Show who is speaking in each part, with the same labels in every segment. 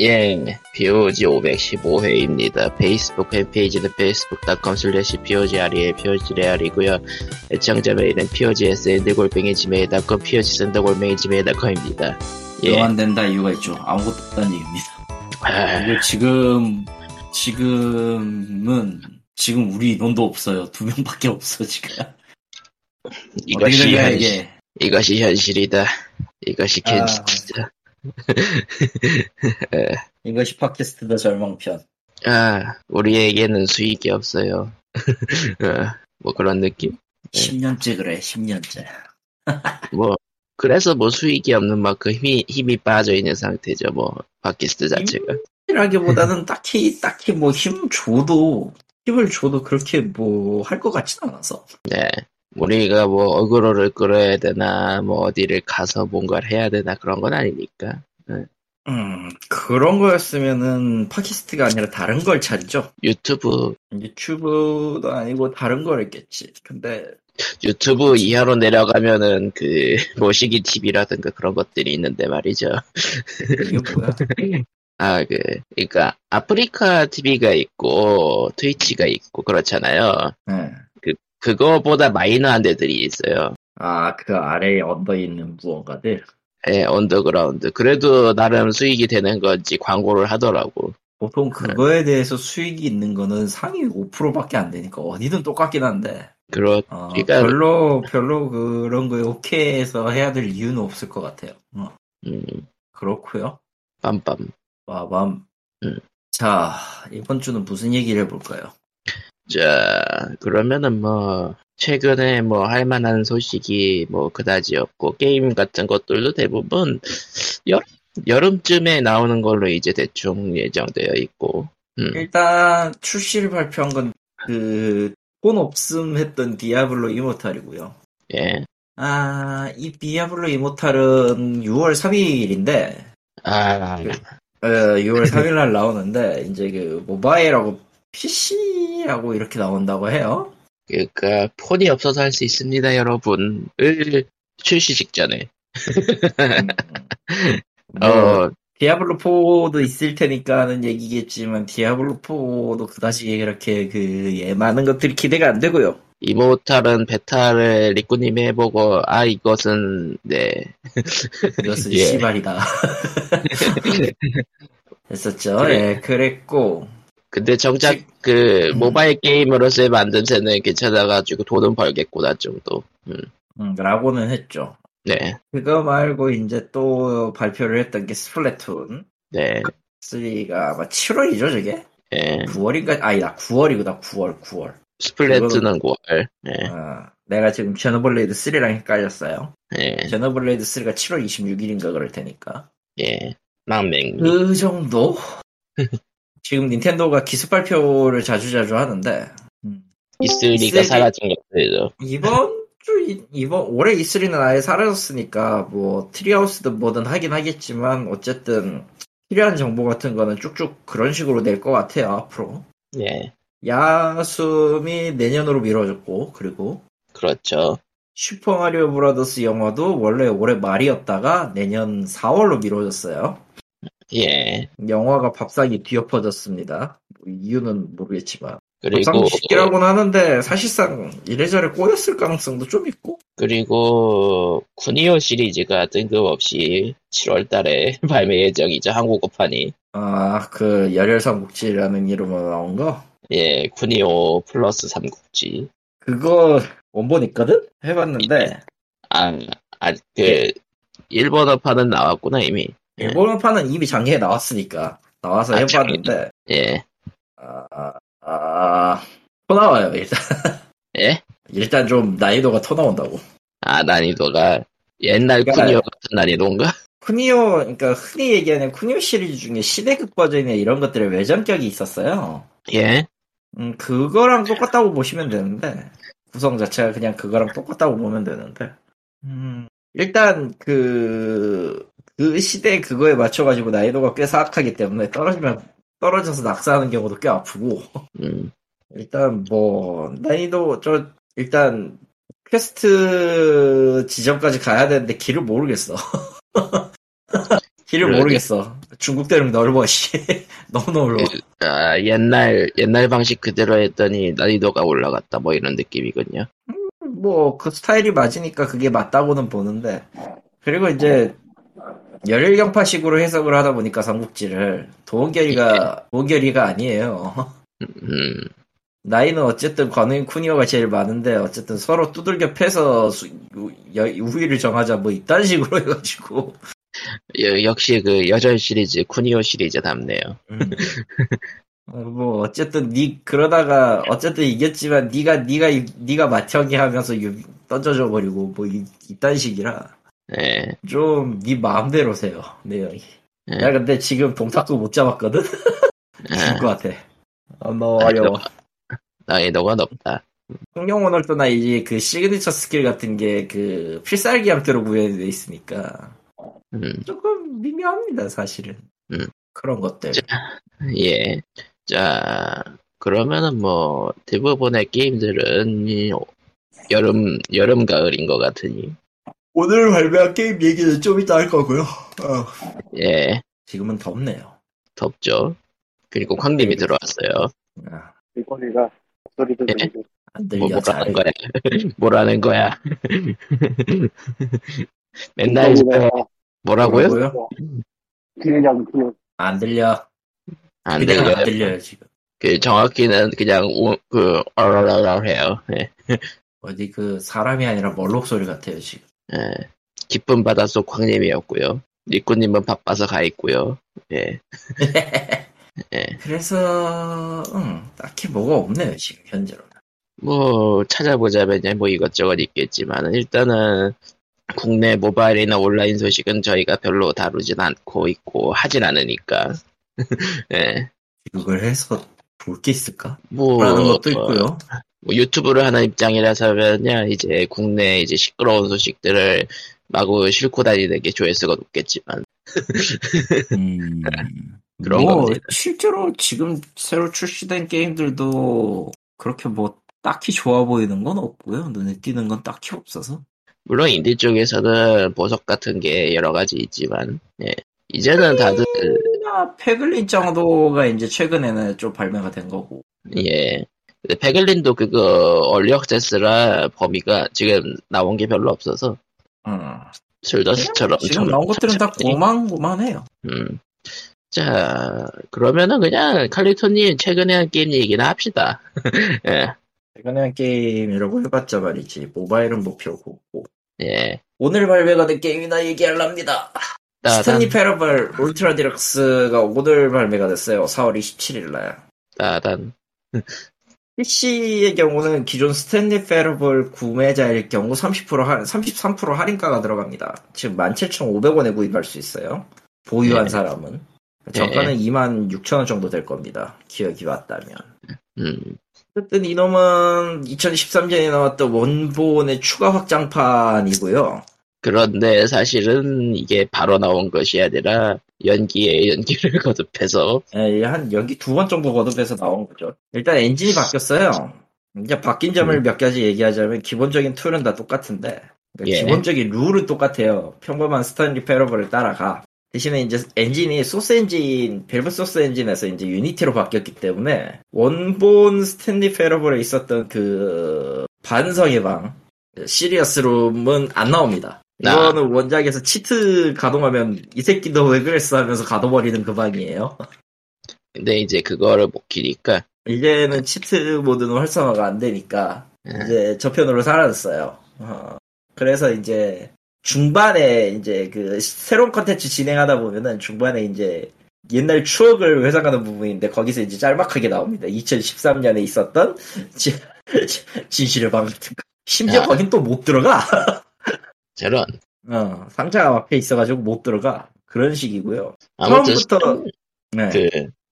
Speaker 1: 예, POG 515회입니다. 페이스북 팬페이지는 facebook.com slash POGRE, POGREAL이고요. 네 애청자 메일은 POGSND골뱅이 지메일.com, POG센터골뱅이 지메일.com입니다.
Speaker 2: 영
Speaker 1: 예,
Speaker 2: 안 된다 이유가 있죠. 아무것도 없다는 이유입니다.
Speaker 1: 아,
Speaker 2: 그리고 지금, 지금은, 지금 우리 인원도 없어요. 두 명밖에 없어, 지금.
Speaker 1: 이것이,
Speaker 2: 어떻게 된 거야,
Speaker 1: 현실,
Speaker 2: 이게.
Speaker 1: 이것이 현실이다. 이것이
Speaker 2: 아.
Speaker 1: 캔시다.
Speaker 2: 이것이 팟캐스트다 절망편.
Speaker 1: 아, 우리에게는 수익이 없어요. 어, 뭐 그런 느낌.
Speaker 2: 예. 10년째 그래, 10년째.
Speaker 1: 뭐, 그래서 뭐 수익이 없는 만큼 힘이, 힘이 빠져있는 상태죠. 뭐, 팟캐스트 자체가.
Speaker 2: 이라기보다는 딱히, 딱히 뭐 힘 줘도, 힘을 줘도 그렇게 뭐 할 것 같진 않아서.
Speaker 1: 네. 우리가 뭐 어그로를 끌어야 되나 뭐 어디를 가서 뭔가를 해야 되나 그런 건 아니니까
Speaker 2: 음, 그런 거였으면은 팟캐스트가 아니라 다른 걸 찾죠.
Speaker 1: 유튜브
Speaker 2: 유튜브도 아니고 다른 걸 했겠지. 근데
Speaker 1: 유튜브 이하로 내려가면은 그 모시기 TV라든가 그런 것들이 있는데 말이죠
Speaker 2: 이게 뭐야?
Speaker 1: 아 그 그러니까 아프리카 TV가 있고 트위치가 있고 그렇잖아요
Speaker 2: 네.
Speaker 1: 그거보다 마이너한 데들이 있어요
Speaker 2: 아, 그 아래에 얹어 있는 무언가들.
Speaker 1: 예 언더그라운드 그래도 나름 수익이 되는 건지 광고를 하더라고 네.
Speaker 2: 보통 그거에 대해서 수익이 있는 거는 상위 5%밖에 안 되니까 어디든 똑같긴 한데.
Speaker 1: 그렇
Speaker 2: 어,
Speaker 1: 그러니까-
Speaker 2: 별로 별로 그런 거에 오케이해서 해야 될 이유는 없을 것 같아요. 어,
Speaker 1: 음
Speaker 2: 그렇고요.
Speaker 1: 빰빰
Speaker 2: 와밤.
Speaker 1: 음.
Speaker 2: 자, 이번 주는 무슨 얘기를 해볼까요?
Speaker 1: 자, 그러면은 뭐, 최근에 뭐, 할 만한 소식이 뭐, 그다지 없고, 게임 같은 것들도 대부분, 여름, 여름쯤에 나오는 걸로 이제 대충 예정되어 있고, 음,
Speaker 2: 일단 출시를 발표한 건그돈 없음 했던 디아블로 이모탈이고요.
Speaker 1: 예.
Speaker 2: 아, 이 디아블로 이모탈은 6월 3일인데
Speaker 1: 아,
Speaker 2: 어, 6월 3일 날 나오는데 이제 그 모바일하고 PC하고 이렇게 나온다고 해요.
Speaker 1: 그니까, 폰이 없어서 할 수 있습니다, 여러분. 을, 출시 직전에.
Speaker 2: 음, 뭐,
Speaker 1: 어,
Speaker 2: 디아블로 4도 있을 테니까 하는 얘기겠지만 디아블로 4도 그다지 이렇게 그 예, 많은 것들이 기대가 안 되고요.
Speaker 1: 이모탈은 베타를 리꾸님이 해보고, 아, 이것은, 네.
Speaker 2: 이것은
Speaker 1: 예.
Speaker 2: 시발이다. 했었죠.
Speaker 1: 그래.
Speaker 2: 예, 그랬고
Speaker 1: 근데 정작
Speaker 2: 지-
Speaker 1: 그
Speaker 2: 음.
Speaker 1: 모바일 게임으로서의 만듦새는 괜찮아가지고 돈은 벌겠구나 정도.
Speaker 2: 음, 라고는 했죠.
Speaker 1: 네,
Speaker 2: 그거 말고 이제 또 발표를 했던 게 스플래툰
Speaker 1: 네,
Speaker 2: 3가 아마 7월이죠, 저게?
Speaker 1: 예.
Speaker 2: 9월인가? 아니다, 9월이구나, 9월, 9월.
Speaker 1: 스플래트는 9월. 예,
Speaker 2: 아, 내가 지금 제노블레이드 3랑 헷갈렸어요.
Speaker 1: 예,
Speaker 2: 제노블레이드 3가 7월 26일인가 그럴 테니까.
Speaker 1: 예. 망맹.
Speaker 2: 그 정도?
Speaker 1: 음.
Speaker 2: 지금 닌텐도가 기습 발표를 자주자주 하는데, 음,
Speaker 1: 이슬리가
Speaker 2: 이슬이-
Speaker 1: 사라진 것들이죠.
Speaker 2: 이번 주, 이- 이번, 올해 E3는 아예 사라졌으니까, 뭐, 트리하우스든 뭐든 하긴 하겠지만, 어쨌든, 필요한 정보 같은 거는 쭉쭉 그런 식으로 낼 것 같아요, 앞으로.
Speaker 1: 예,
Speaker 2: 야숨이 내년으로 미뤄졌고, 그리고,
Speaker 1: 그렇죠.
Speaker 2: 슈퍼마리오 브라더스 영화도 원래 올해 말이었다가 내년 4월로 미뤄졌어요.
Speaker 1: 예.
Speaker 2: 영화가 밥상이 뒤엎어졌습니다. 뭐 이유는 모르겠지만. 밥상
Speaker 1: 그리고
Speaker 2: 쉽기라고는 하는데 사실상 이래저래 꼬였을 가능성도 좀 있고.
Speaker 1: 그리고 쿠니오 시리즈가 뜬금없이 7월달에 발매 예정이죠 한국어판이.
Speaker 2: 아, 그 열혈삼국지라는 이름으로 나온 거?
Speaker 1: 예, 쿠니오 플러스 삼국지.
Speaker 2: 그거 원본 있거든? 해봤는데
Speaker 1: 아, 아, 그
Speaker 2: 예.
Speaker 1: 일본어판은 나왔구나 이미. 예.
Speaker 2: 일본어판은 이미 작년에 나왔으니까 나와서
Speaker 1: 아,
Speaker 2: 해봤는데
Speaker 1: 예,
Speaker 2: 아, 아, 아, 토 나와요 일단
Speaker 1: 예.
Speaker 2: 일단 좀 난이도가 토 나온다고.
Speaker 1: 아 난이도가 옛날
Speaker 2: 그러니까-
Speaker 1: 쿠니오 같은 난이도인가?
Speaker 2: 쿠니오, 그러니까 흔히 얘기하는 쿠니오 시리즈 중에 시대극 버전이나 이런 것들의 외전격이 있었어요.
Speaker 1: 예,
Speaker 2: 음, 그거랑 똑같다고 보시면 되는데, 구성 자체가 그냥 그거랑 똑같다고 보면 되는데, 음, 일단 그, 그 시대 그거에 맞춰가지고 난이도가 꽤 사악하기 때문에 떨어지면, 떨어져서 낙사하는 경우도 꽤 아프고,
Speaker 1: 음,
Speaker 2: 일단 뭐, 난이도, 저, 일단, 퀘스트 지점까지 가야 되는데 길을 모르겠어. 길을
Speaker 1: 그러게.
Speaker 2: 모르겠어. 중국 대륙 넓어, 씨. 너무 넓어.
Speaker 1: 아, 옛날 옛날 방식 그대로 했더니 난이도가 올라갔다 뭐 이런 느낌이군요.
Speaker 2: 뭐 그 스타일이 맞으니까 그게 맞다고는 보는데 그리고 이제 열일경파식으로 해석을 하다 보니까 삼국지를 도원결이가 도원결이가 아니에요
Speaker 1: 음,
Speaker 2: 나이는 어쨌든 관우인 쿠니오가 제일 많은데 어쨌든 서로 두들겨 패서 수- 우- 여- 우위를 정하자 뭐 이딴 식으로 해가지고
Speaker 1: 여- 역시 그 여전 시리즈 쿠니오 시리즈답네요.
Speaker 2: 어, 뭐 어쨌든 니 그러다가 어쨌든 이겼지만 니가 니가 니가 맏형이 하면서 유- 던져져 버리고 뭐 이- 이딴 식이라
Speaker 1: 예.
Speaker 2: 좀 네 마음대로세요 내용이.
Speaker 1: 예.
Speaker 2: 야 근데 지금 동탁도 못 잡았거든. 죽을
Speaker 1: 예.
Speaker 2: 것 같아. 어, 너무
Speaker 1: 아,
Speaker 2: 어려워.
Speaker 1: 난이도가 높다.
Speaker 2: 성령 오늘도나 이제 그 시그니처 스킬 같은 게 그 필살기 형태로 구현돼 있으니까
Speaker 1: 음,
Speaker 2: 조금 미묘합니다 사실은.
Speaker 1: 음.
Speaker 2: 그런 것들.
Speaker 1: 예. 자, 그러면은 뭐 대부분의 게임들은 이 여름 여름 가을인 것 같으니
Speaker 2: 오늘 발매한 게임 얘기는 좀 이따 할 거고요.
Speaker 1: 예
Speaker 2: 지금은 덥네요.
Speaker 1: 덥죠. 그리고
Speaker 2: 네.
Speaker 1: 광님이 들어왔어요.
Speaker 2: 아,
Speaker 3: 일본애가 목소리도
Speaker 1: 예?
Speaker 3: 들리고
Speaker 2: 안
Speaker 1: 뭐
Speaker 2: 들려 잘.
Speaker 1: 뭐라는 거야? 뭐라는 거야? 맨날
Speaker 3: 목소리가
Speaker 1: 뭐라고요?
Speaker 3: 뭐라고요? 그냥 그
Speaker 2: 안 들려.
Speaker 1: 안
Speaker 2: 그냥 안
Speaker 1: 들려요.
Speaker 2: 들려요 지금.
Speaker 1: 그 정확히는 그냥 우, 그 어라라라 해요. 예.
Speaker 2: 어디 그 사람이 아니라 멀록 소리 같아요 지금.
Speaker 1: 예. 기쁜 바닷속 광님이었고요. 리꾸님은 바빠서 가 있고요. 예.
Speaker 2: 그래서 음, 딱히 뭐가 없네요 지금 현재로는.
Speaker 1: 뭐 찾아보자면 뭐 이것저것 있겠지만 일단은 국내 모바일이나 온라인 소식은 저희가 별로 다루진 않고 있고 하진 않으니까. 예.
Speaker 2: 그걸 해서 볼 게 있을까?
Speaker 1: 뭐
Speaker 2: 라는 것도
Speaker 1: 뭐,
Speaker 2: 있고요.
Speaker 1: 뭐 유튜브를 하는 입장이라서면야 이제 국내 이제 시끄러운 소식들을 마구 싣고 다니는 게 조회수가 높겠지만
Speaker 2: 음,
Speaker 1: 그런
Speaker 2: 뭐
Speaker 1: 겁니다.
Speaker 2: 실제로 지금 새로 출시된 게임들도 그렇게 뭐 딱히 좋아 보이는 건 없고요. 눈에 띄는 건 딱히 없어서.
Speaker 1: 물론 인디 쪽에서는 보석 같은 게 여러 가지 있지만 예. 이제는 다들
Speaker 2: 나 페글린 정도가 이제 최근에는 좀 발매가 된 거고.
Speaker 1: 예. 근데 베글린도 그거 얼리 액세스라 범위가 지금 나온 게 별로 없어서
Speaker 2: 음.
Speaker 1: 술더스처럼
Speaker 2: 지금 나온 것들은 다 고만고만해요.
Speaker 1: 음. 자 그러면은 그냥 칼리토님 최근에 한 게임 얘기나 합시다. 예.
Speaker 2: 최근에 한 게임이라고 해봤자 말이지. 모바일은 목표고. 없고.
Speaker 1: 예.
Speaker 2: 오늘 발매가 된 게임이나 얘기할랍니다.
Speaker 1: 따단
Speaker 2: 스탠리 페러벌 울트라 디럭스가 오늘 발매가 됐어요. 4월 27일날.
Speaker 1: 따단.
Speaker 2: PC의 경우는 기존 스탠리 페러벌 구매자일 경우 30% 할, 33% 할인가가 들어갑니다. 지금 17,500원에 구입할 수 있어요. 보유한
Speaker 1: 네.
Speaker 2: 사람은. 정가는 26,000원 정도 될 겁니다. 기억이 맞다면.
Speaker 1: 음.
Speaker 2: 어쨌든 이놈은 2013년에 나왔던 원본의 추가 확장판이고요.
Speaker 1: 그런데 사실은 이게 바로 나온 것이 아니라 연기에 연기를 거듭해서
Speaker 2: 예, 한 연기 두 번 정도 거듭해서 나온 거죠. 일단 엔진이 바뀌었어요. 이제 바뀐 점을
Speaker 1: 음.
Speaker 2: 몇 가지 얘기하자면 기본적인 툴은 다 똑같은데 그러니까
Speaker 1: 예.
Speaker 2: 기본적인 룰은 똑같아요. 평범한 스탠리 페러블을 따라가. 대신에 이제 엔진이 소스 엔진, 밸브 소스 엔진에서 이제 유니티로 바뀌었기 때문에 원본 스탠리 페러블에 있었던 그 반성의 방 시리어스룸은 안 나옵니다.
Speaker 1: 아.
Speaker 2: 이거는 원작에서 치트 가동하면 이 새끼 너 왜 그랬어 하면서 가둬버리는 그 방이에요.
Speaker 1: 근데 이제 그거를 못 키니까
Speaker 2: 이제는 치트 모드는 활성화가 안 되니까 이제 저편으로 사라졌어요. 어, 그래서 이제 중반에 이제 그 새로운 컨텐츠 진행하다 보면은 중반에 이제 옛날 추억을 회상하는 부분인데 거기서 이제 짤막하게 나옵니다. 2013년에 있었던 지- 진실의 방 같은 거. 심지어
Speaker 1: 야.
Speaker 2: 거긴 또 못 들어가.
Speaker 1: 저런
Speaker 2: 어, 상자가 막혀 있어가지고 못 들어가. 그런 식이고요.
Speaker 1: 아무튼
Speaker 2: 처음부터 네.
Speaker 1: 그,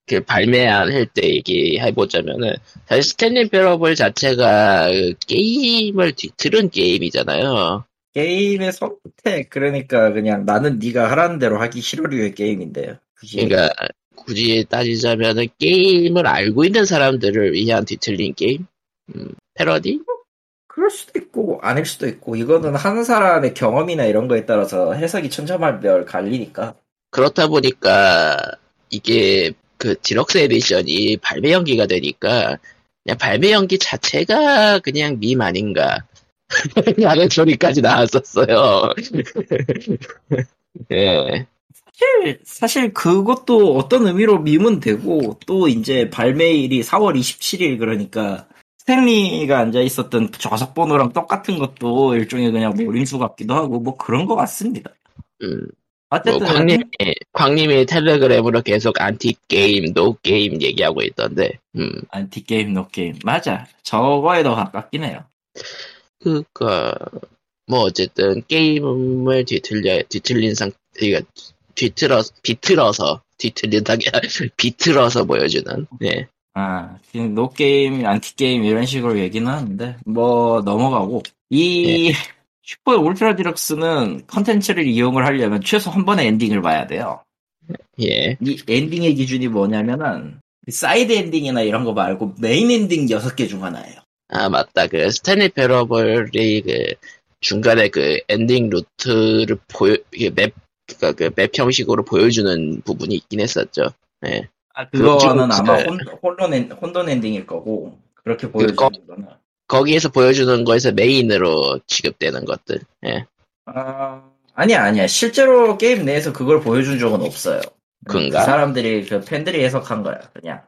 Speaker 1: 그 발매한 할 때 얘기해보자면은, 사실 스탠리 페러블 자체가 그 게임을 뒤틀은 게임이잖아요.
Speaker 2: 게임의 선택 그러니까 그냥 나는 네가 하라는 대로 하기 싫어류의 게임인데요. 그게
Speaker 1: 그러니까, 굳이 따지자면은 게임을 알고 있는 사람들을 위한 뒤틀린 게임? 음, 패러디?
Speaker 2: 그럴 수도 있고 아닐 수도 있고 이거는 한 사람의 경험이나 이런 거에 따라서 해석이 천차만별 갈리니까
Speaker 1: 그렇다 보니까 이게 그 디럭스 에디션이 발매 연기가 되니까 그냥 발매 연기 자체가 그냥 밈 아닌가 라는 소리까지 나왔었어요. 예,
Speaker 2: 사실, 사실 그것도 어떤 의미로 밈은 되고 또 이제 발매일이 4월 27일 그러니까 스탠리가 앉아 있었던 좌석 번호랑 똑같은 것도 일종의 그냥 몰림수 같기도 하고 뭐 그런 것 같습니다.
Speaker 1: 음, 뭐
Speaker 2: 어쨌든
Speaker 1: 광님이 광님이 텔레그램으로 계속 안티 게임, 노 게임 얘기하고 있던데, 음,
Speaker 2: 안티 게임 노 게임 맞아 저거에 더 가깝긴 해요.
Speaker 1: 그니까 뭐 어쨌든 게임을 뒤틀려 뒤틀린 상 그러니까 뒤틀어 비틀어서 뒤틀린다게 비틀어서 보여주는 예
Speaker 2: 아, 그냥 노 게임, 안티 게임 이런 식으로 얘기는 하는데 뭐 넘어가고 이 슈퍼 울트라 디럭스는 컨텐츠를 이용을 하려면 최소 한 번의 엔딩을 봐야 돼요.
Speaker 1: 예.
Speaker 2: 이 엔딩의 기준이 뭐냐면은 사이드 엔딩이나 이런 거 말고 메인 엔딩 6개 중 하나예요.
Speaker 1: 아 맞다 그 스탠리 페러블이 그 중간에 그 엔딩 루트를 보여 이게 맵 그니까 그 맵 형식으로 보여주는 부분이 있긴 했었죠. 예.
Speaker 2: 아,
Speaker 1: 그거
Speaker 2: 그거는
Speaker 1: 찍고
Speaker 2: 아마
Speaker 1: 있어요.
Speaker 2: 혼, 혼돈, 엔, 혼돈 엔딩일 거고 그렇게 보여주는 거는
Speaker 1: 거기에서 보여주는 거에서 메인으로 취급되는 것들. 예.
Speaker 2: 아, 아니야, 아니야. 실제로 게임 내에서 그걸 보여준 적은 없어요.
Speaker 1: 그런가?
Speaker 2: 그 사람들이, 그 팬들이 해석한 거야, 그냥.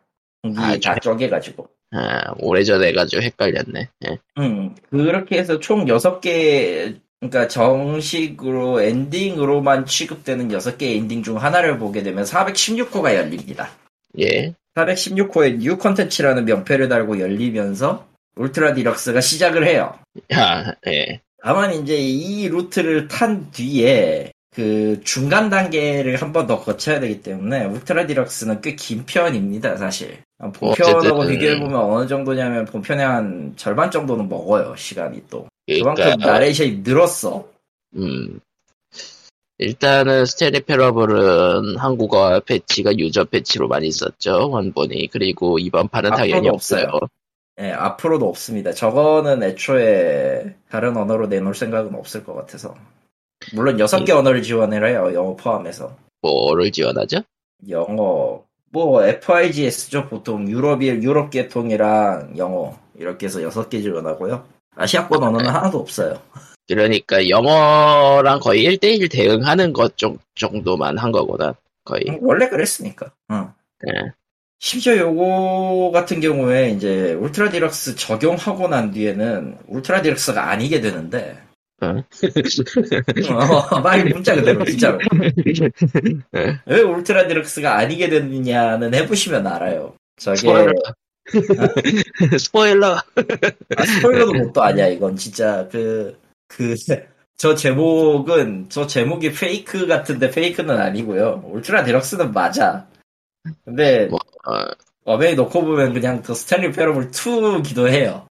Speaker 2: 공기
Speaker 1: 아,
Speaker 2: 다 쪼개가지고.
Speaker 1: 아, 오래전에 해가지고 헷갈렸네. 예.
Speaker 2: 음, 그렇게 해서 총 6개, 그러니까 정식으로 엔딩으로만 취급되는 6개의 엔딩 중 하나를 보게 되면 416호가 열립니다.
Speaker 1: 예.
Speaker 2: 416호에 뉴 컨텐츠라는 명패를 달고 열리면서 울트라 디럭스가 시작을 해요.
Speaker 1: 아, 예.
Speaker 2: 다만 이제 이 루트를 탄 뒤에 그 중간 단계를 한 번 더 거쳐야 되기 때문에 울트라 디럭스는 꽤 긴 편입니다 사실 아, 본편하고
Speaker 1: 뭐 어쨌든.
Speaker 2: 비교해보면 어느 정도냐면 본편의 한 절반 정도는 먹어요 시간이 또
Speaker 1: 그러니까
Speaker 2: 그만큼 나레이션이 늘었어
Speaker 1: 음. 일단은 스탠리 페러블은 한국어 패치가 유저 패치로 많이 썼죠 원본이 그리고 이번 판은
Speaker 2: 앞으로도
Speaker 1: 당연히 없어요.
Speaker 2: 아, 없어요. 예, 앞으로도 없습니다 저거는 애초에 다른 언어로 내놓을 생각은 없을 것 같아서 물론 여섯
Speaker 1: 음.
Speaker 2: 개 언어를 지원해요 영어 포함해서
Speaker 1: 뭐를 지원하죠?
Speaker 2: 영어 뭐 FIGS죠 보통 유럽이 유럽 계통이랑 영어 이렇게 해서 여섯 개 지원하고요 아시아권 언어는 하나도 없어요
Speaker 1: 그러니까 영어랑 거의 1대1 대응하는 것 정, 정도만 한 거구나 거의.
Speaker 2: 음, 원래 그랬으니까 응.
Speaker 1: 예.
Speaker 2: 심지어 요거 같은 경우에 이제 울트라 디럭스 적용하고 난 뒤에는 울트라 디럭스가 아니게 되는데
Speaker 1: 응.
Speaker 2: 어, 말 문자 그대로 진짜로 음. 왜 울트라 디럭스가 아니게 됐느냐는 해보시면 알아요 저게
Speaker 1: 스포일러. 스포일러.
Speaker 2: 아, 스포일러도 못도 아니야 이건 진짜 그 그 저 제목은 저 제목이 페이크 같은데 페이크는 아니고요 울트라 디럭스는 맞아 근데
Speaker 1: 뭐, 어,
Speaker 2: 어메이 놓고 보면 그냥 더 스탠리 페러블 2기도 해요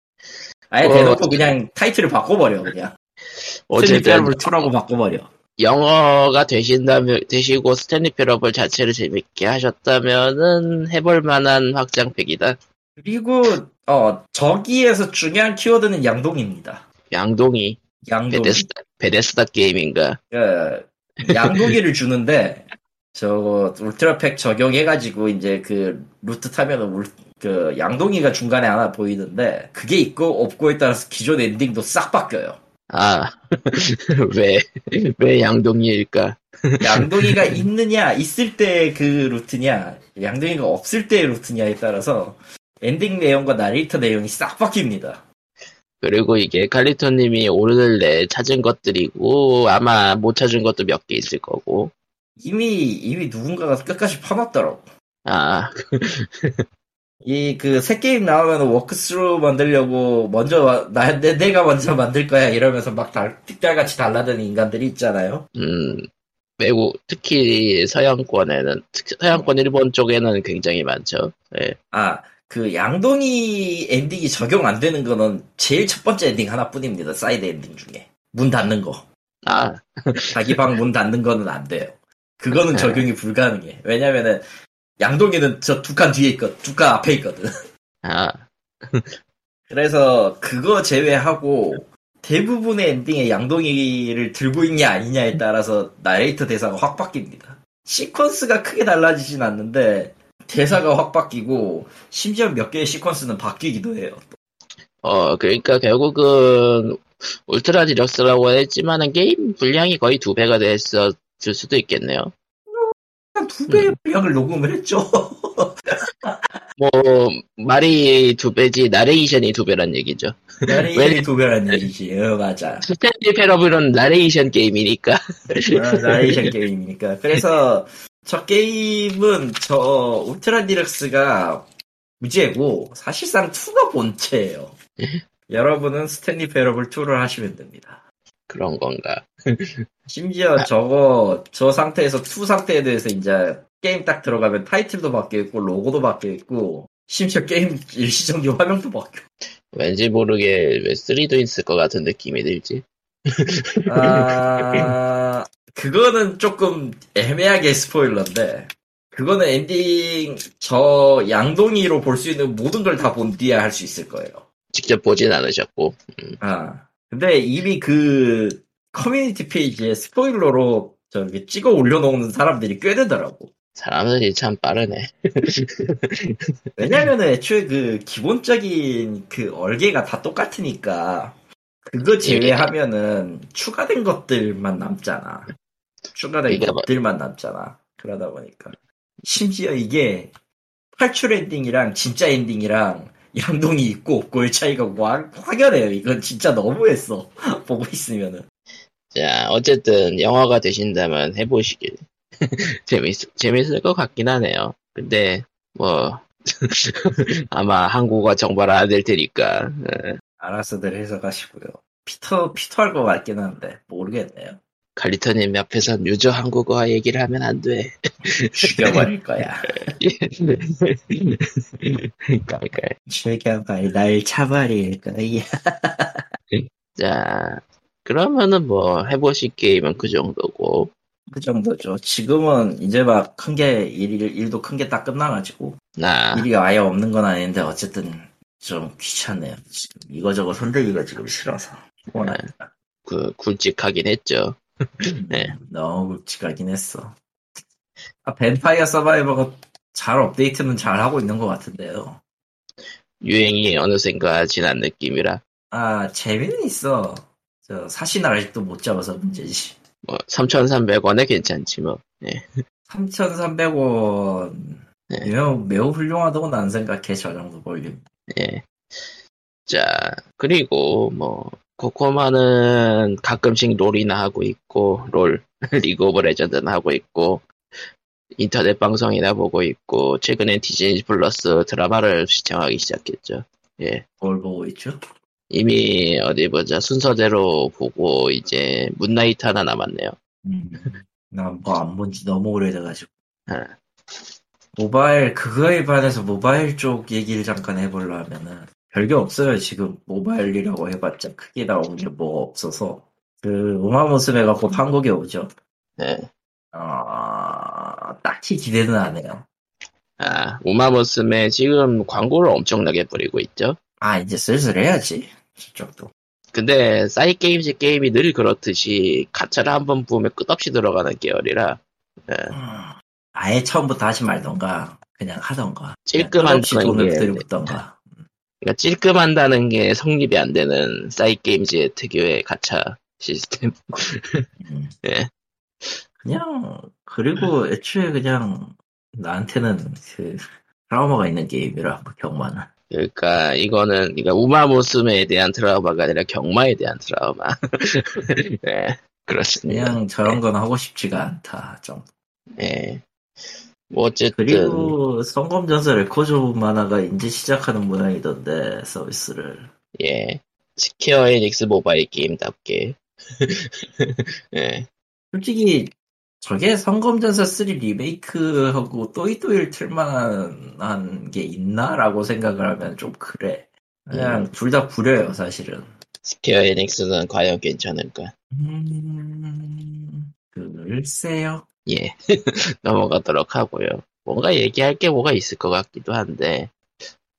Speaker 2: 아예
Speaker 1: 어.
Speaker 2: 대놓고 그냥 타이틀을 바꿔버려 그냥 스탠리
Speaker 1: 어쨌든
Speaker 2: 페러블 2라고 바꿔버려
Speaker 1: 영어가 되신다면 되시고 스탠리 페러블 자체를 재밌게 하셨다면은 해볼 만한 확장팩이다.
Speaker 2: 그리고 어 저기에서 중요한 키워드는 양동입니다
Speaker 1: 양동이
Speaker 2: 양동이
Speaker 1: 베데스다 베데스다 게임인가?
Speaker 2: 그 양고기를 주는데 저 울트라팩 적용해가지고 이제 그 루트 타면은 울- 그 양동이가 중간에 하나 보이는데 그게 있고 없고에 따라서 기존 엔딩도 싹 바뀌어요.
Speaker 1: 아, 아왜 왜 양동이일까?
Speaker 2: 양동이가 있느냐 있을 때 그 루트냐 양동이가 없을 때의 루트냐에 따라서 엔딩 내용과 나레이터 내용이 싹 바뀝니다.
Speaker 1: 그리고 이게 칼리토님이 오늘 내 찾은 것들이고 아마 못 찾은 것도 몇 개 있을 거고
Speaker 2: 이미 이미 누군가가 끝까지 파놨더라고.
Speaker 1: 아
Speaker 2: 이 그 새 게임 나오면 워크스루 만들려고 먼저 와- 나 내, 내가 먼저 만들 거야 이러면서 막 달, 틱달같이 달라드는 인간들이 있잖아요.
Speaker 1: 음, 외국 특히 서양권에는 특- 서양권 일본 쪽에는 굉장히 많죠. 예.
Speaker 2: 아 그 양동이 엔딩이 적용 안 되는 거는 제일 첫 번째 엔딩 하나뿐입니다. 사이드 엔딩 중에 문 닫는 거
Speaker 1: 아
Speaker 2: 자기 방 문 닫는 거는 안 돼요. 그거는 적용이 불가능해. 왜냐면은 양동이는 저 두 칸 뒤에 있거 두 칸 앞에 있거든.
Speaker 1: 아,
Speaker 2: 그래서 그거 제외하고 대부분의 엔딩에 양동이를 들고 있냐 아니냐에 따라서 나레이터 대사가 확 바뀝니다. 시퀀스가 크게 달라지진 않는데 대사가 확 바뀌고 심지어 몇 개의 시퀀스는 바뀌기도 해요.
Speaker 1: 어, 그러니까 결국은 울트라 디럭스라고 했지만은 게임 분량이 거의 두 배가 됐을 수도 있겠네요.
Speaker 2: 한 두 배의 분량을 녹음을 했죠.
Speaker 1: 뭐 말이 두 배지 나레이션이 두 배란 얘기죠.
Speaker 2: 나레이션이 두 배란 얘기지. 어, 맞아.
Speaker 1: 스탠디 패러블은 나레이션 게임이니까.
Speaker 2: 어, 나레이션 게임이니까. 그래서 저 게임은 저 울트라 디럭스가 무죄고 사실상 2가 본체예요. 여러분은 스탠리 페러블 2를 하시면 됩니다.
Speaker 1: 그런 건가.
Speaker 2: 심지어 저거 저 상태에서 투 상태에 대해서 이제 게임 딱 들어가면 타이틀도 바뀌어 있고 로고도 바뀌어 있고 심지어 게임 일시정지 화면도 바뀌어.
Speaker 1: 왠지 모르게 왜 3도 있을 것 같은 느낌이 들지.
Speaker 2: 아 그거는 조금 애매하게 스포일러인데 그거는 엔딩 저 양동이로 볼 수 있는 모든 걸 다 본 뒤에 할 수 있을 거예요.
Speaker 1: 직접 보진 않으셨고.
Speaker 2: 아 근데 이미 그 커뮤니티 페이지에 스포일러로 저기 찍어 올려놓는 사람들이 꽤 되더라고.
Speaker 1: 사람들이 참 빠르네.
Speaker 2: 왜냐면은 애초에 그 기본적인 그 얼개가 다 똑같으니까 그거 제외하면은 추가된 것들만 남잖아. 추가된
Speaker 1: 이게 뭐-
Speaker 2: 것들만 남잖아. 그러다 보니까 심지어 이게 탈출 엔딩이랑 진짜 엔딩이랑 양동이 있고 없고의 차이가 확, 확연해요. 이건 진짜 너무했어. 보고 있으면은.
Speaker 1: 자, 어쨌든 영화가 되신다면 해보시길. 재밌, 재밌을 것 같긴 하네요. 근데, 뭐, 아마 한국어 정발화 안될 테니까. 어,
Speaker 2: 알아서들 해석하시고요. 피터, 피터할 것 같긴 한데 모르겠네요.
Speaker 1: 갈리터님 옆에서 유저 한국어 얘기를 하면 안 돼.
Speaker 2: 죽여버릴 거야.
Speaker 1: 그러니까.
Speaker 2: 죽여버릴, 날 그, 차버릴 거야.
Speaker 1: 자, 그러면은 뭐, 해보실 게임은 그 정도고.
Speaker 2: 그 정도죠. 지금은 이제 막 큰 게 일, 일도 큰 게 딱 끝나가지고
Speaker 1: 나,
Speaker 2: 일이 아예 없는 건 아닌데 어쨌든 좀 귀찮네요. 지금 이거저거 손대기가 지금 싫어서 원합니다.
Speaker 1: 그, 굵직하긴 했죠. 네.
Speaker 2: 너무 굵직하긴 했어. 아, 뱀파이어 서바이버가 잘 업데이트는 잘 하고 있는 것 같은데요.
Speaker 1: 유행이 어느샌가 지난 느낌이라.
Speaker 2: 아 재미는 있어. 저 사신을 아직도 못 잡아서 문제지.
Speaker 1: 뭐, 3,300원에 괜찮지 뭐.
Speaker 2: 3,300원
Speaker 1: 네.
Speaker 2: 매우, 매우 훌륭하다고 난 생각해 저 정도 볼륨.
Speaker 1: 예. 자, 그리고 뭐 코코마는 가끔씩 롤이나 하고 있고 롤 리그 오브 레전드나 하고 있고 인터넷 방송이나 보고 있고 최근엔 디즈니 플러스 드라마를 시청하기 시작했죠. 예.
Speaker 2: 뭘 보고 있죠?
Speaker 1: 이미 어디 보자 순서대로 보고 이제 문나이트 하나 남았네요.
Speaker 2: 음. 난뭐안본지 너무 오래돼가지고.
Speaker 1: 네.
Speaker 2: 모바일 그거에 반해서 모바일 쪽 얘기를 잠깐 해보려면은 별게 없어요 지금 모바일이라고 해봤자 크게 나오는 게 뭐가 없어서 그 우마무스메가 곧 한국에 오죠.
Speaker 1: 네.
Speaker 2: 아 딱히 기대는 안 해요.
Speaker 1: 아, 우마무스메 지금 광고를 엄청나게 뿌리고 있죠.
Speaker 2: 아 이제 슬슬 해야지 저쪽도.
Speaker 1: 근데 사이게임즈 게임이 늘 그렇듯이 가차를 한번 보면 끝없이 들어가는 계열이라 아, 그러니까
Speaker 2: 음, 아예 처음부터 하지 말던가 그냥 하던가.
Speaker 1: 찔끔한
Speaker 2: 시 돈을
Speaker 1: 그런 게-
Speaker 2: 들였던가.
Speaker 1: 그러니까 찔끔한다는 게 성립이 안 되는 사이게임즈의 특유의 가차 시스템.
Speaker 2: 음.
Speaker 1: 예.
Speaker 2: 그냥 그리고 애초에 그냥 나한테는 그 트라우마가 있는 게임이라 그 경마는
Speaker 1: 그러니까 이거는 그러니까 우마모스메에 대한 트라우마가 아니라 경마에 대한 트라우마. 네, 그렇습니다.
Speaker 2: 그냥 저런 건 하고 싶지가 않다 정도
Speaker 1: 예. 뭐 어쨌든
Speaker 2: 그리고 성검전설 에코즈 만화가 이제 시작하는 모양이던데 서비스를
Speaker 1: 예. 스퀘어 에닉스 모바일 게임답게. 예.
Speaker 2: 솔직히 저게 성검전설 3 리메이크하고 또이또이를 틀만한 게 있나라고 생각을 하면 좀 그래 그냥
Speaker 1: 네.
Speaker 2: 둘 다 구려요 사실은
Speaker 1: 스퀘어 에닉스는 과연 괜찮을까?
Speaker 2: 음... 글쎄요.
Speaker 1: 예, 넘어가도록 하고요. 뭔가 얘기할 게 뭐가 있을 것 같기도 한데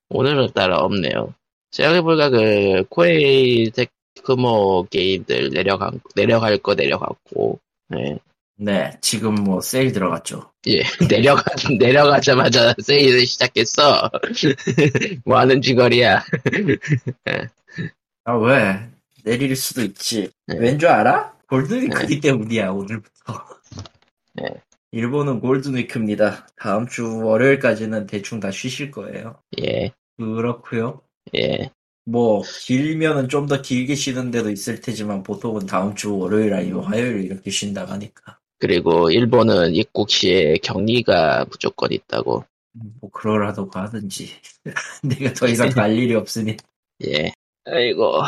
Speaker 1: 오늘은 따라 없네요. 생각해보니까 그 코에이 테크모 게임들 내려간 내려갈 거 내려갔고, 예.
Speaker 2: 네, 지금 뭐 세일 들어갔죠.
Speaker 1: 예, 내려가, 내려가자마자 세일을 시작했어. 뭐 하는 짓거리야.
Speaker 2: 아, 왜? 내릴 수도 있지.
Speaker 1: 네.
Speaker 2: 왠 줄 알아? 골든위크기 때문이야, 오늘부터.
Speaker 1: 네.
Speaker 2: 일본은 골든위크입니다. 다음 주 월요일까지는 대충 다 쉬실 거예요.
Speaker 1: 예,
Speaker 2: 그렇고요
Speaker 1: 예,
Speaker 2: 뭐, 길면은 좀 더 길게 쉬는 데도 있을 테지만 보통은 다음 주 월요일 아니면 화요일 이렇게 쉰다고 하니까.
Speaker 1: 그리고 일본은 입국 시에 격리가 무조건 있다고.
Speaker 2: 뭐, 그러라도 하든지. 내가 더 이상 갈 일이 없으니.
Speaker 1: 예. 아이고,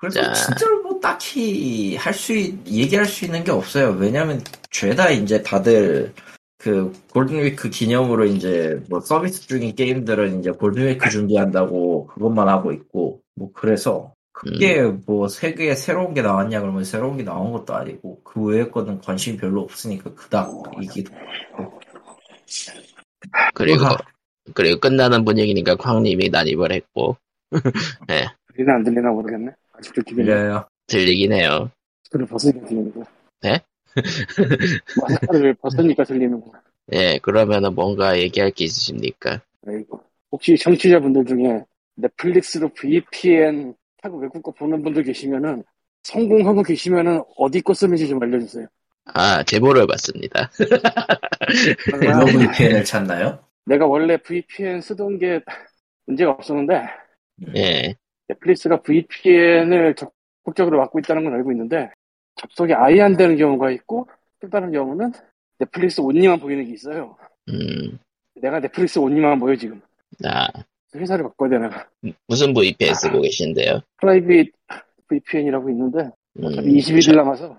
Speaker 2: 그래서
Speaker 1: 자.
Speaker 2: 진짜로 뭐 딱히 할 수, 얘기할 수 있는 게 없어요. 왜냐면 죄다 이제 다들 그 골든위크 기념으로 이제 뭐 서비스 중인 게임들은 이제 골든위크 준비한다고 그것만 하고 있고 뭐 그래서 그게
Speaker 1: 음.
Speaker 2: 뭐 세계에 새로운 게 나왔냐 그러면 새로운 게 나온 것도 아니고 그 외의 거는 관심이 별로 없으니까 그닥 이기도
Speaker 1: 그리고,
Speaker 2: 우와.
Speaker 1: 그리고 끝나는 분위기니까 광님이 난입을 했고,
Speaker 3: 들리나 안 들리나 모르겠네. 아직도 기분이
Speaker 2: 들려요.
Speaker 1: 들리긴 해요.
Speaker 3: 마스크를 벗으니까 들리는구나.
Speaker 1: 네?
Speaker 3: 마스크를 벗으니까 들리는구나.
Speaker 1: 예, 그러면은 뭔가 얘기할 게 있으십니까?
Speaker 3: 아이고. 혹시 청취자분들 중에 넷플릭스로 VPN 타고 외국 거 보는 분들 계시면은 성공하고 계시면은 어디 거 쓰는지 좀 알려주세요.
Speaker 1: 아, 제보를 받습니다. 네.
Speaker 2: 블로그 VPN을 찾나요?
Speaker 3: 내가 원래 VPN 쓰던 게 문제가 없었는데
Speaker 1: 예,
Speaker 3: 넷플릭스가 VPN을 적극적으로 막고 있다는 건 알고 있는데 접속이 아예 안 되는 경우가 있고 또 다른 경우는 넷플릭스 온리만 보이는 게 있어요.
Speaker 1: 음,
Speaker 3: 내가 넷플릭스 온리만 보여 지금.
Speaker 1: 아,
Speaker 3: 회사를 바꿔야 되나?
Speaker 1: 무슨 VPN 쓰고 계신데요?
Speaker 3: 프라이빗 VPN이라고 있는데
Speaker 1: 음,
Speaker 3: 어차피 20일 남아서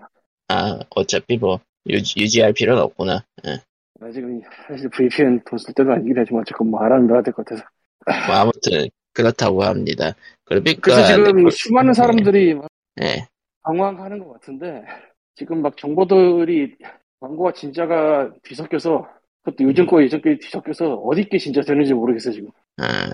Speaker 1: 아, 어차피 뭐, 유지, 유지할 필요는 없구나. 예.
Speaker 3: 나 지금 사실 VPN 돈 쓸 때도 아니긴 하지만 어쨌건 뭐 알아는 알아야 될 것 같아서
Speaker 1: 뭐 아무튼, 그렇다고 합니다. 그러니까,
Speaker 3: 그래서 지금
Speaker 1: 넷플-
Speaker 3: 수많은 사람들이 막
Speaker 1: 예,
Speaker 3: 방황하는 것 같은데 지금 막 정보들이 광고와 진짜가 뒤섞여서 그것도 요즘 거 예전 거 뒤섞여서 어디 게 진짜 되는지 모르겠어 지금
Speaker 1: 아,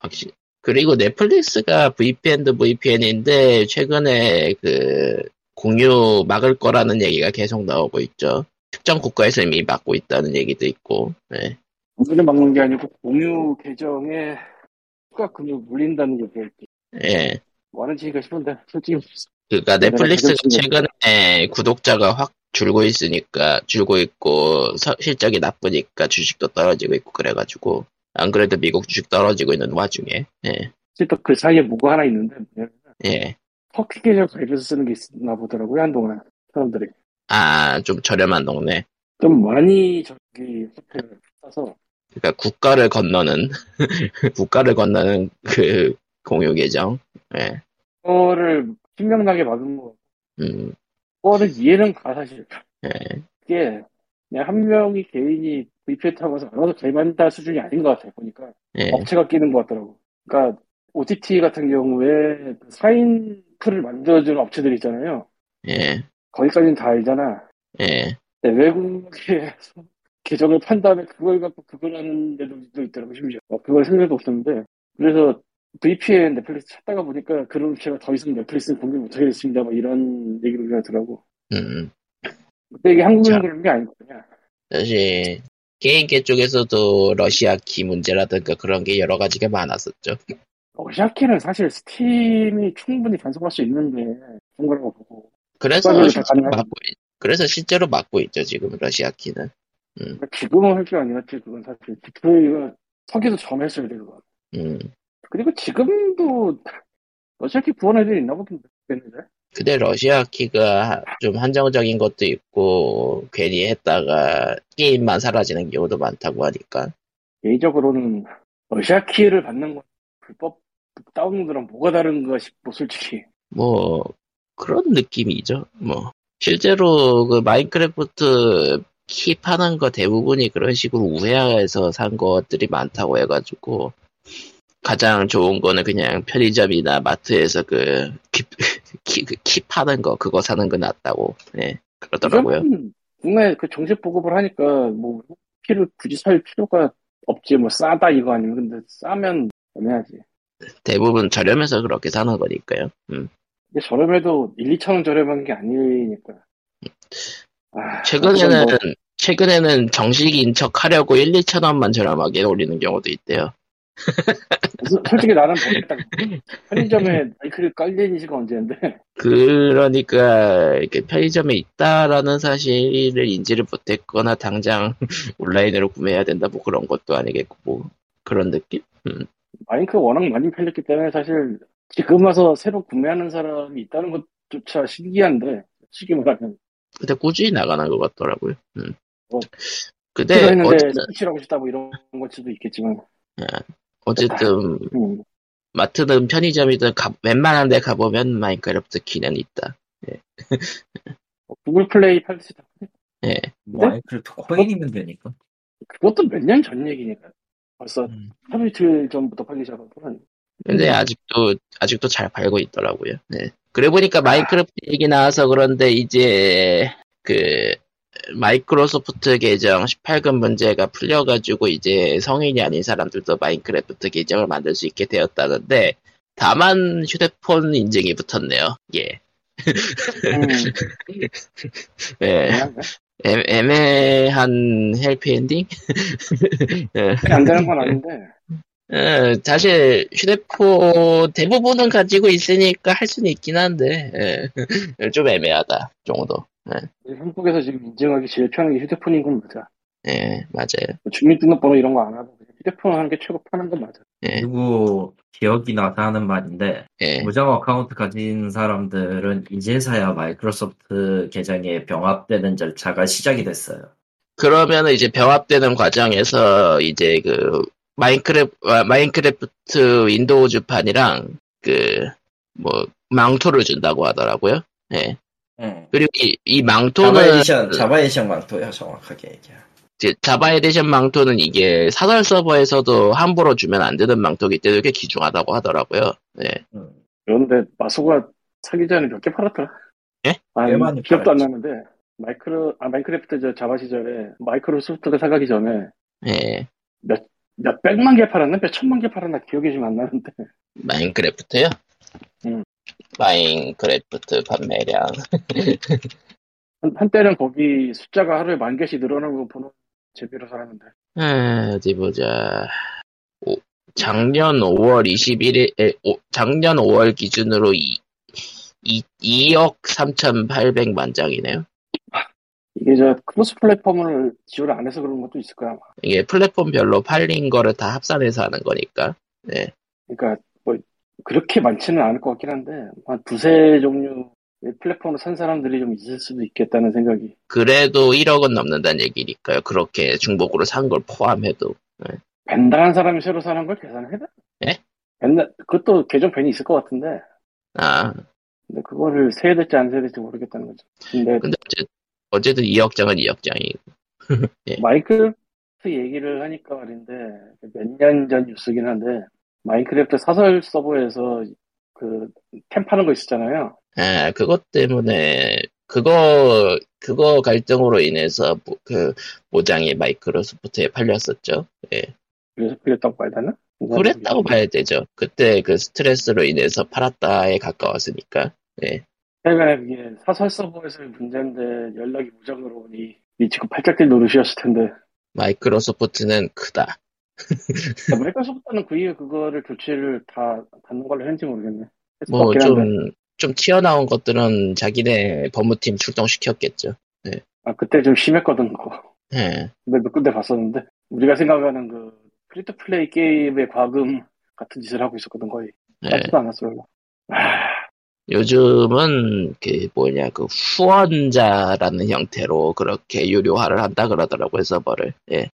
Speaker 1: 확실히. 그리고 넷플릭스가 VPN도 VPN인데, 최근에 그, 공유 막을 거라는 얘기가 계속 나오고 있죠. 특정 국가에서 이미 막고 있다는 얘기도 있고, 예.
Speaker 3: 공유를 막는 게 아니고 공유 계정에 추가 금액 물린다는 게 뭐였지
Speaker 1: 예.
Speaker 3: 뭐 하는 짓인가 싶은데 솔직히
Speaker 1: 그러니까 넷플릭스가
Speaker 3: 그렇지.
Speaker 1: 최근에 구독자가 확 줄고 있으니까 줄고 있고 서- 실적이 나쁘니까 주식도 떨어지고 있고 그래가지고 안 그래도 미국 주식 떨어지고 있는 와중에 예,
Speaker 3: 사실 또 그 사이에 뭐가 하나 있는데 네.
Speaker 1: 예.
Speaker 3: 터키 계정 가입해서 쓰는 게 있나 보더라고요 한동안 사람들이
Speaker 1: 아, 좀 저렴한 동네.
Speaker 3: 좀 많이 저기 호텔을 싸서
Speaker 1: 그러니까 국가를 건너는 국가를 건너는 그 공유 계정. 예.
Speaker 3: 그거를 신명나게 막은 거
Speaker 1: 음,
Speaker 3: 그거를 이해는 가 사실
Speaker 1: 예.
Speaker 3: 그게 그냥 한 명이 개인이 VPN 타고 서 알아서 개입한다 수준이 아닌 것 같아요 보니까
Speaker 1: 예.
Speaker 3: 업체가 끼는 것 같더라고 그러니까 OTT 같은 경우에 그 사인 풀을 만들어주는 업체들 있잖아요
Speaker 1: 예.
Speaker 3: 거기까지는 다 알잖아
Speaker 1: 예.
Speaker 3: 근데 외국에서 계정을 판 다음에 그걸 갖고 그걸 하는 데도 있더라고 심지어 어, 그걸 생각도 없었는데 그래서 VPN 넷플릭스 찾다가 보니까 그런 업체가 더 이상 넷플릭스 공개 못하겠습니다 막 이런 얘기를 하더라고
Speaker 1: 음.
Speaker 3: 근데 이게 한국에서
Speaker 1: 자.
Speaker 3: 그런 게 아니거든요
Speaker 1: 사실 개인계 쪽에서도 러시아 키 문제라든가 그런 게 여러 가지가 많았었죠.
Speaker 3: 러시아키는 사실 스팀이 충분히 간섭할 수 있는 게 좋은 거라고 보고
Speaker 1: 그래서
Speaker 3: 국가별로 다
Speaker 1: 실제로
Speaker 3: 가능하죠.
Speaker 1: 막고 있- 그래서 실제로 막고 있죠 지금 러시아 키는
Speaker 3: 그러니까 지금은 할 게 아니었지 그건 사실 디플레이가 서기도 처음 했어야 돼 그거
Speaker 1: 음.
Speaker 3: 그리고 지금도 러시아키 구원 애들이 있나 보긴 모르겠는데
Speaker 1: 근데 러시아 키가 좀 한정적인 것도 있고 괜히 했다가 게임만 사라지는 경우도 많다고 하니까
Speaker 3: 예의적으로는 러시아 키를 받는 건 불법 다운로드랑 뭐가 다른가 싶고 솔직히
Speaker 1: 뭐 그런 느낌이죠 뭐 실제로 그 마인크래프트 키 파는 거 대부분이 그런 식으로 우회해서 산 것들이 많다고 해가지고 가장 좋은 거는 그냥 편의점이나 마트에서 그 키, 키, 그 키 파는 거 그거 사는 거 낫다고 예 그러더라고요
Speaker 3: 요즘은 국내 그 정식 보급을 하니까 뭐 외국 키를 굳이 살 필요가 없지 뭐 싸다 이거 아니면 근데 싸면 애매하지
Speaker 1: 대부분 저렴해서 그렇게 사는 거니까요 음.
Speaker 3: 근데 저렴해도 1, 2천 원 저렴한 게 아니니까 아,
Speaker 1: 최근에는
Speaker 3: 뭐,
Speaker 1: 최근에는 정식인 척 하려고 1, 2천 원만 저렴하게 올리는 경우도 있대요.
Speaker 3: 무슨- 솔직히 나는 모르겠다. 편의점에 마이크를 깔린 지가 언제인데
Speaker 1: 그러니까 이렇게 편의점에 있다라는 사실을 인지를 못했거나 당장 온라인으로 구매해야 된다 뭐 그런 것도 아니겠고 뭐 그런 느낌?
Speaker 3: 마이크 워낙 많이 팔렸기 때문에 사실 지금 와서 새로 구매하는 사람이 있다는 것조차 신기한데 솔직히 말하면
Speaker 1: 근데 꾸준히 나가는 것 같더라고요. 음.
Speaker 3: 어.
Speaker 1: 근데
Speaker 3: 필요했는데
Speaker 1: 네, 어쨌든,
Speaker 3: 스피치라고 싶다 뭐 이런 걸 수도 있겠지만
Speaker 1: 어쨌든
Speaker 3: 음,
Speaker 1: 마트든 편의점이든 가- 웬만한 데 가보면 마인크래프트 키는 있다.
Speaker 3: 뭐 구글 플레이 팔듯이 다-
Speaker 2: 뭐 마이크로프트 코인이면 되니까.
Speaker 1: 네.
Speaker 3: 그것도 몇 년 전 얘기니까 요 벌써
Speaker 2: 음.
Speaker 3: 하루 이틀 전부터 팔기 시작하고는
Speaker 1: 근데
Speaker 2: 음.
Speaker 1: 아직도 아직도 잘 팔고 있더라고요. 네. 그래 보니까 마인크래프트 얘기 나와서 그런데 이제 그 마이크로소프트 계정 18금 문제가 풀려가지고 이제 성인이 아닌 사람들도 마인크래프트 계정을 만들 수 있게 되었다는데 다만 휴대폰 인증이 붙었네요. 예.
Speaker 3: 음,
Speaker 1: 예.
Speaker 3: 그냥
Speaker 1: 애- 애매한 헬피엔딩?
Speaker 3: 그렇게 안 되는 건 아닌데
Speaker 1: 예, 사실 휴대폰 대부분은 가지고 있으니까 할 수는 있긴 한데 예, 좀 애매하다 정도.
Speaker 3: 한국에서 지금 인증하기 제일 편한 게 휴대폰인 건 맞아
Speaker 1: 예, 맞아요.
Speaker 3: 뭐 주민등록번호 이런 거 안 하고 그냥 휴대폰 하는 게 최고 편한 건 맞아
Speaker 1: 예,
Speaker 2: 그리고 기억이 나서 하는 말인데
Speaker 1: 예,
Speaker 2: 무장 어카운트 가진 사람들은 이제서야 마이크로소프트 계정에 병합되는 절차가 시작이 됐어요.
Speaker 1: 그러면 이제 병합되는 과정에서 이제 그 마인크래프트 마인크래프트 윈도우즈판이랑 그 뭐 망토를 준다고 하더라고요. 예. 그리고 이, 이
Speaker 2: 자바
Speaker 1: 망토는 그
Speaker 2: 에디션, 자바 에디션 망토요 정확하게 얘기해.
Speaker 1: 이제 자바 에디션 망토는 이게 사설 서버에서도 함부로 주면 안 되는 망토기 때문에 이게 귀중하다고 하더라고요. 예.
Speaker 2: 음.
Speaker 3: 그런데 마소가 사기 전에 몇 개 팔았더라?
Speaker 1: 예?
Speaker 3: 아,
Speaker 2: 꽤 많이
Speaker 3: 기억도 안
Speaker 2: 팔았지.
Speaker 3: 나는데 마이크로 아 마인크래프트 저 자바 시절에 마이크로소프트가 사가기 전에
Speaker 1: 예.
Speaker 3: 몇 백만 개 팔았나 몇 천만 개 팔았나 기억이 좀 안 나는데
Speaker 1: 마인크래프트요?
Speaker 3: 음.
Speaker 1: 마인크래프트 판매량.
Speaker 3: 한, 한때는 거기 숫자가 하루에 만 개씩 늘어나는 거 보는 재미로 살았는데
Speaker 1: 아, 어디 보자. 오, 작년 5월 21일, 에, 오, 작년 5월 기준으로 2, 2, 억 3,800만 장이네요.
Speaker 3: 이게 저 크로스 플랫폼을 지원을 안 해서 그런 것도 있을 거야 아마.
Speaker 1: 이게 플랫폼별로 팔린 거를 다 합산해서 하는 거니까.
Speaker 3: 그러니까 뭐 그렇게 많지는 않을 것 같긴 한데 한 두세 종류의 플랫폼을 산 사람들이 좀 있을 수도 있겠다는 생각이
Speaker 1: 그래도 1억은 넘는다는 얘기니까요. 그렇게 중복으로 산 걸 포함해도.
Speaker 3: 밴당한 사람이 새로 사는 걸 계산해야 돼?
Speaker 1: 예?
Speaker 3: 밴- 그것도 계정 밴이 있을 것 같은데
Speaker 1: 아,
Speaker 3: 근데 그거를 세야 될지 안 세야 될지 모르겠다는 거죠. 근데
Speaker 1: 근데 어째, 어쨌든 2억 장은 2억 장이.
Speaker 3: 마인크래프트 얘기를 하니까 말인데 몇 년 전 뉴스긴 한데 마인크래프트 사설 서버에서 그템 파는 거 있었잖아요.
Speaker 1: 아, 그것 때문에, 그거, 그거 갈등으로 인해서, 모- 그, 모장이 마이크로소프트에 팔렸었죠.
Speaker 3: 그래서 그랬다고 봐야 되나?
Speaker 1: 그랬다고 봐야 되죠. 그때 그 스트레스로 인해서 팔았다에 가까웠으니까.
Speaker 3: 최근에 그게 사설 서버에서의 문제인데 연락이 무작으로 오니 이 지금 팔짝들 노릇이었을 텐데
Speaker 1: 마이크로소프트는 크다.
Speaker 3: 마이크로소프트는 그 이후에 그거를 조치를 다 받는 걸로 했는지 모르겠네. 했을 것
Speaker 1: 뭐,
Speaker 3: 같긴 한데.
Speaker 1: 좀, 좀 튀어나온 것들은 자기네 법무팀 출동시켰겠죠.
Speaker 3: 아, 그때 좀 심했거든, 그거.
Speaker 1: 예.
Speaker 3: 근데 몇 군데 봤었는데, 우리가 생각하는 그, 프리투플레이 게임의 과금 같은 짓을 하고 있었거든, 거의.
Speaker 1: 예.
Speaker 3: 나쁘도 않았어요.
Speaker 1: 요즘은 그 뭐냐 그 후원자라는 형태로 그렇게 유료화를 한다 그러더라고요 서버를 예.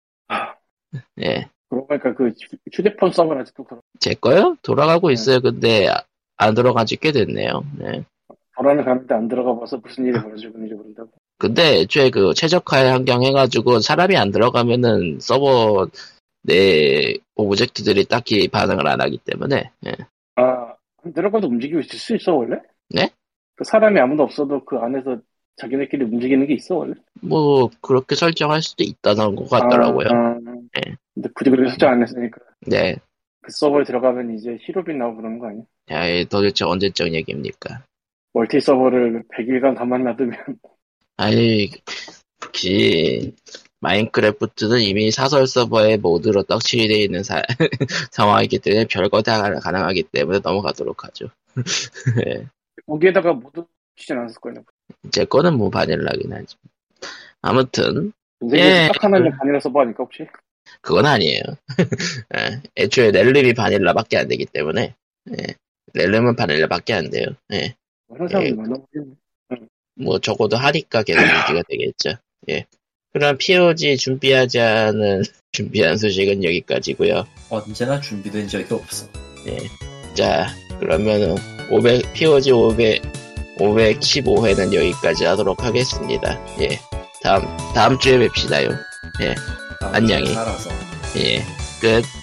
Speaker 1: 예.
Speaker 3: 그러고 보니까 그, 휴- 휴대폰 서버는 아직도 돌아-
Speaker 1: 제 거요? 돌아가고
Speaker 3: 네.
Speaker 1: 있어요. 근데 아- 안 돌아간 지 꽤 됐네요. 네.
Speaker 3: 돌아는 가는데 안 들어가 봐서 무슨 일이 벌어지고 있는지 모른다고.
Speaker 1: 근데 애초에 그 최적화의 환경 해가지고 사람이 안 들어가면은 서버 내 오브젝트들이 딱히 반응을 안 하기 때문에 예.
Speaker 3: 아, 안 들어가도 움직이고 있을 수 있어, 원래?
Speaker 1: 네?
Speaker 3: 그 사람이 아무도 없어도 그 안에서 자기네끼리 움직이는 게 있어, 원래?
Speaker 1: 뭐 그렇게 설정할 수도 있다는 것 같더라고요.
Speaker 3: 아, 아.
Speaker 1: 네.
Speaker 3: 근데 굳이 그렇게 설정 안 했으니까.
Speaker 1: 네,
Speaker 3: 그 서버에 들어가면 이제 히로빈 나오고 그러는 거 아니야?
Speaker 1: 야, 이 도대체 언제적 얘기입니까?
Speaker 3: 멀티 서버를 100일간 가만 놔두면
Speaker 1: 아니 혹시 마인크래프트는 이미 사설 서버에 모드로 떡칠이 되어 있는 사- 상황이기 때문에 별거 다 가능하기 때문에 넘어가도록 하죠.
Speaker 3: 거기에다가 모두 주진 않았을 거예요.
Speaker 1: 제 거는 뭐 바닐라긴 하지. 아무튼
Speaker 3: 인생에서
Speaker 1: 예.
Speaker 3: 딱 하나를 반이라서 뭐 아닐까 혹시?
Speaker 1: 그건 아니에요. 예, 애초에 렐름이 바닐라밖에 안 되기 때문에 예, 렐름은 바닐라밖에 안 돼요. 예,
Speaker 3: 항상
Speaker 1: 예.
Speaker 3: 많아 보이네.
Speaker 1: 뭐 적어도 하니까 계속 유지가 되겠죠. 예. 그럼 POG 준비하지 않은 준비한 소식은 여기까지고요.
Speaker 2: 언제나 준비된 적이 없어.
Speaker 1: 자, 그러면은 500 POG 500 515회는 여기까지 하도록 하겠습니다. 예. 다음 다음 주에 뵙시다요.
Speaker 2: 나머지는
Speaker 1: 안녕히.
Speaker 2: 살아서.
Speaker 1: 예. 끝.